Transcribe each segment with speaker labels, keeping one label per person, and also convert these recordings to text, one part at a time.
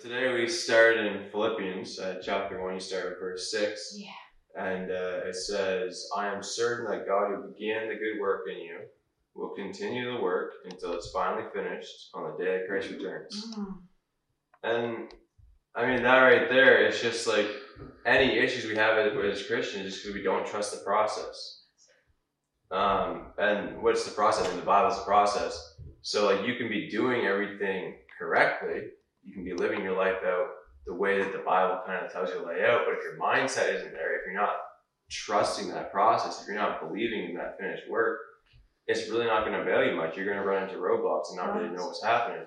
Speaker 1: today we start in Philippians uh, chapter 1. You start with verse 6.
Speaker 2: Yeah.
Speaker 1: And uh, it says, I am certain that God who began the good work in you will continue the work until it's finally finished on the day that Christ returns.
Speaker 2: Mm.
Speaker 1: And I mean, that right there, it's just like any issues we have as- as Christians is just because we don't trust the process. Um, and what's the process? And the Bible's the process. So like you can be doing everything correctly. You can be living your life out the way that the Bible kind of tells you to lay out. But if your mindset isn't there, if you're not trusting that process, if you're not believing in that finished work, it's really not going to avail you much. You're going to run into roadblocks and not really
Speaker 2: Right.
Speaker 1: know what's happening.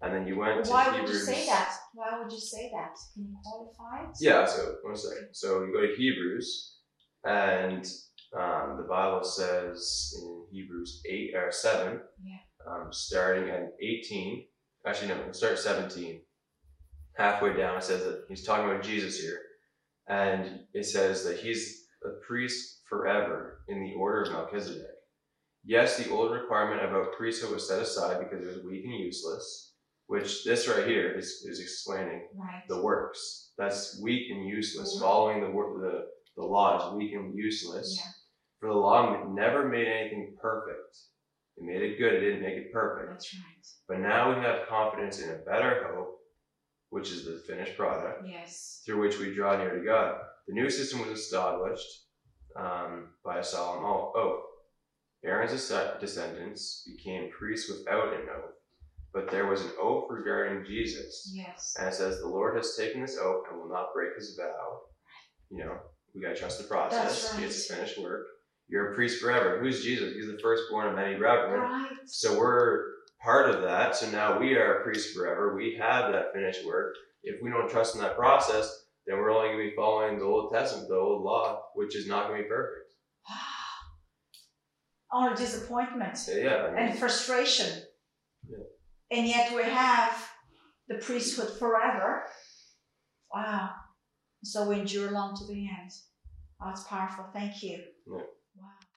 Speaker 1: And then you went to
Speaker 2: Why would you
Speaker 1: Hebrews.
Speaker 2: say that? Why would you say that? Can you qualify it?
Speaker 1: Yeah, so one second. So you go to Hebrews, and um, the Bible says in Hebrews 8 or 7,
Speaker 2: Yeah.
Speaker 1: um, starting at 18, actually, no, we'll start at 17. Halfway down, it says that he's talking about Jesus here, and it says that he's a priest forever in the order of Melchizedek. Yes, the old requirement about priesthood was set aside because it was weak and useless, which this right here is, is explaining
Speaker 2: Right.
Speaker 1: the works. That's weak and useless. Following the wor- the the law is weak and useless.
Speaker 2: Yeah.
Speaker 1: For the law never made anything perfect. It made it good. It didn't make it perfect.
Speaker 2: That's right.
Speaker 1: But now we have confidence in a better hope, which is the finished product
Speaker 2: Yes.
Speaker 1: through which we draw near to God. The new system was established um, by a solemn o- oath. Aaron's desc- descendants became priests without an oath, but there was an oath regarding Jesus.
Speaker 2: Yes.
Speaker 1: And it says, The Lord has taken this oath and will not break his vow. You know, we got to trust the process.
Speaker 2: That's right.
Speaker 1: It's a finished work. You're a priest forever. Who's Jesus? He's the firstborn of many brethren.
Speaker 2: Right.
Speaker 1: So we're part of that. So now we are a priest forever. We have that finished work. If we don't trust in that process, then we're only going to be following the Old Testament, the Old Law, which is not going to be perfect.
Speaker 2: Only disappointment
Speaker 1: So yeah, I mean,
Speaker 2: and frustration.
Speaker 1: Yeah.
Speaker 2: And yet we have the priesthood forever. Wow. So we endure long to the end. Oh, it's powerful. Thank you.
Speaker 1: Yeah.
Speaker 2: Wow.